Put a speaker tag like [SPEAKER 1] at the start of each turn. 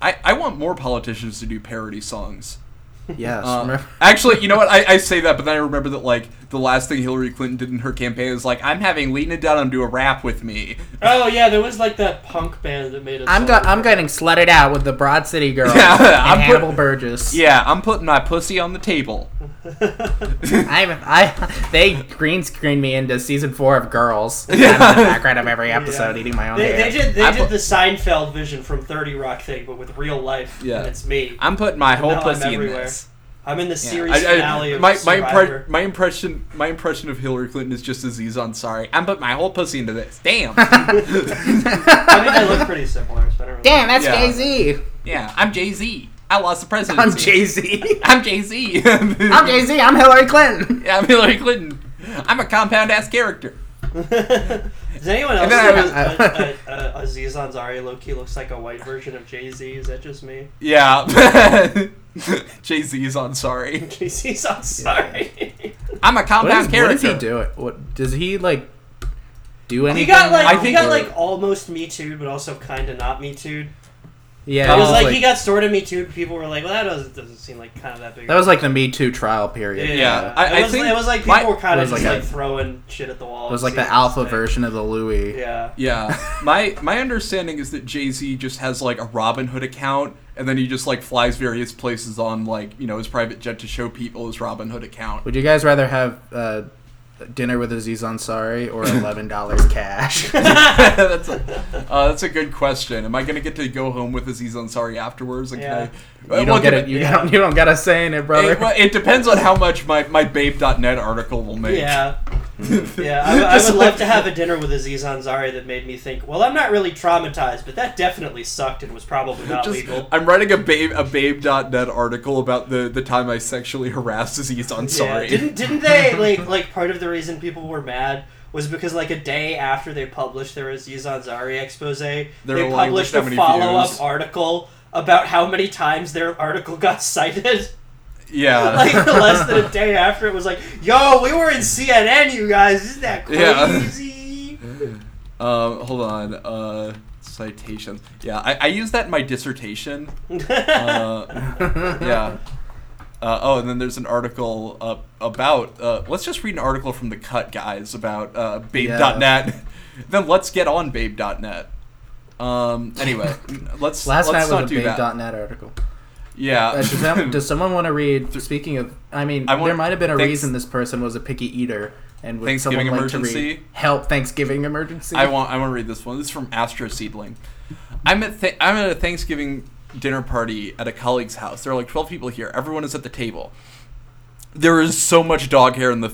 [SPEAKER 1] I, I want more politicians to do parody songs.
[SPEAKER 2] Yes.
[SPEAKER 1] Uh,
[SPEAKER 2] remember-
[SPEAKER 1] actually, you know what? I, I say that, but then I remember that like the last thing Hillary Clinton did in her campaign is like, "I'm having Lena Dunham do a rap with me."
[SPEAKER 3] Oh yeah, there was like that punk band that made it.
[SPEAKER 2] I'm go- I'm getting slutted out with the Broad City Girl
[SPEAKER 1] Yeah,
[SPEAKER 2] and
[SPEAKER 1] I'm put-
[SPEAKER 2] Hannibal Burgess.
[SPEAKER 1] Yeah, I'm putting my pussy on the table.
[SPEAKER 2] I'm I they green screened me into season four of Girls. I'm in the background of every episode
[SPEAKER 3] Yeah.
[SPEAKER 2] eating my own.
[SPEAKER 3] They,
[SPEAKER 2] hair.
[SPEAKER 3] they did they
[SPEAKER 1] I
[SPEAKER 3] did
[SPEAKER 1] put-
[SPEAKER 3] the Seinfeld vision from Thirty Rock thing, but with real life.
[SPEAKER 1] Yeah.
[SPEAKER 3] and it's me.
[SPEAKER 1] I'm putting my whole
[SPEAKER 3] now I'm
[SPEAKER 1] pussy in
[SPEAKER 3] everywhere.
[SPEAKER 1] this.
[SPEAKER 3] I'm in the
[SPEAKER 1] Yeah.
[SPEAKER 3] series
[SPEAKER 1] I- I-
[SPEAKER 3] finale of
[SPEAKER 1] my, my,
[SPEAKER 3] Survivor.
[SPEAKER 1] impre- my impression my impression of Hillary Clinton is just Aziz Ansari. I'm putting my whole pussy into this. Damn.
[SPEAKER 3] I mean, they look pretty similar. So I don't really
[SPEAKER 2] Damn, that's
[SPEAKER 1] Yeah.
[SPEAKER 2] Jay Z.
[SPEAKER 1] yeah, I'm Jay Z. I lost the presidency.
[SPEAKER 2] I'm Jay Z.
[SPEAKER 1] I'm Jay Z.
[SPEAKER 2] I'm Jay Z. I'm Hillary Clinton.
[SPEAKER 1] Yeah, I'm Hillary Clinton. I'm a compound ass character.
[SPEAKER 3] Does anyone else
[SPEAKER 1] And then I
[SPEAKER 2] was-
[SPEAKER 3] think a- a- a- a- Aziz Ansari Loki looks like a white version of Jay Z? Is that just me?
[SPEAKER 1] Yeah. Jay Z is on sorry.
[SPEAKER 3] Jay Z's Ansari.
[SPEAKER 1] I'm a
[SPEAKER 2] What, is,
[SPEAKER 1] compound
[SPEAKER 2] what does
[SPEAKER 1] character.
[SPEAKER 2] he do? It. What does he like? Do
[SPEAKER 3] he
[SPEAKER 2] anything?
[SPEAKER 3] got like
[SPEAKER 1] I
[SPEAKER 3] he
[SPEAKER 1] think-
[SPEAKER 3] got like almost me too, but also kind of not me too.
[SPEAKER 2] yeah.
[SPEAKER 1] Oh,
[SPEAKER 3] It
[SPEAKER 2] he
[SPEAKER 3] was
[SPEAKER 2] was,
[SPEAKER 3] like, he got sort of me too. People were like, well, that doesn't, doesn't seem like kind of that big.
[SPEAKER 2] that was like the Me Too trial period.
[SPEAKER 3] yeah.
[SPEAKER 1] Yeah, I-
[SPEAKER 3] it
[SPEAKER 1] I
[SPEAKER 3] was,
[SPEAKER 1] think
[SPEAKER 3] it was like people
[SPEAKER 1] my-
[SPEAKER 3] were kind
[SPEAKER 2] it
[SPEAKER 3] of
[SPEAKER 2] was
[SPEAKER 3] just
[SPEAKER 2] like
[SPEAKER 3] like
[SPEAKER 2] a-
[SPEAKER 3] throwing shit at the wall.
[SPEAKER 2] It was
[SPEAKER 3] and
[SPEAKER 2] like the
[SPEAKER 3] seeing
[SPEAKER 2] alpha
[SPEAKER 3] what's
[SPEAKER 2] version of the Louis.
[SPEAKER 3] there. Yeah.
[SPEAKER 1] Yeah. My my understanding is that Jay Z just has like a Robin Hood account and then he just like flies various places on like, you know, his private jet to show people his Robin Hood account.
[SPEAKER 2] Would you guys rather have uh, dinner with Aziz Ansari or eleven dollars cash?
[SPEAKER 1] that's a uh, that's a good question. Am I gonna get to go home with Aziz Ansari afterwards? And can
[SPEAKER 3] Yeah.
[SPEAKER 1] I, uh,
[SPEAKER 2] You
[SPEAKER 1] well,
[SPEAKER 2] don't get
[SPEAKER 1] dep-
[SPEAKER 2] it. You
[SPEAKER 3] yeah.
[SPEAKER 2] don't. You don't got a say in it, brother.
[SPEAKER 1] It, well, it depends on how much my, my babe.net article will make.
[SPEAKER 3] Yeah, yeah. I, I would love to have a dinner with Aziz Ansari that made me think. Well, I'm not really traumatized, but that definitely sucked and was probably not
[SPEAKER 1] Just-
[SPEAKER 3] legal.
[SPEAKER 1] I'm writing a babe a babe.net article about the, the time I sexually harassed Aziz
[SPEAKER 3] Yeah.
[SPEAKER 1] Ansari.
[SPEAKER 3] Didn't didn't they like like part of the reason people were mad was because like a day after they published their Aziz Ansari expose, they
[SPEAKER 1] were like,
[SPEAKER 3] published
[SPEAKER 1] look how
[SPEAKER 3] a
[SPEAKER 1] many
[SPEAKER 3] follow up
[SPEAKER 1] views.
[SPEAKER 3] article about how many times their article got cited.
[SPEAKER 1] yeah.
[SPEAKER 3] like less than a day after it was like, yo, we were in CNN, you guys. Isn't that
[SPEAKER 1] Yeah.
[SPEAKER 3] crazy?
[SPEAKER 1] Um, hold on. Uh, citations. Yeah, I, I used that in my dissertation. Uh, yeah. Uh, oh, and then there's an article uh, about. Uh, let's just read an article from the Cut guys about uh, Babe.net. then let's get on Babe.net. Um, anyway, let's let's
[SPEAKER 2] Last night
[SPEAKER 1] not
[SPEAKER 2] was a
[SPEAKER 1] do that.
[SPEAKER 2] Babe.net article.
[SPEAKER 1] Yeah.
[SPEAKER 2] Uh, does, that- does someone want to read? Speaking of, I mean,
[SPEAKER 1] I want-
[SPEAKER 2] there might have been a
[SPEAKER 1] thanks-
[SPEAKER 2] reason this person was a picky eater, and would someone
[SPEAKER 1] Thanksgiving
[SPEAKER 2] like to read
[SPEAKER 1] emergency?
[SPEAKER 2] help Thanksgiving emergency?
[SPEAKER 1] I want I want to read this one. This is from Astro Seedling. I'm at th- I'm at a Thanksgiving dinner party at a colleague's house. There are like 12 people here. Everyone is at the table. There is so much dog hair in the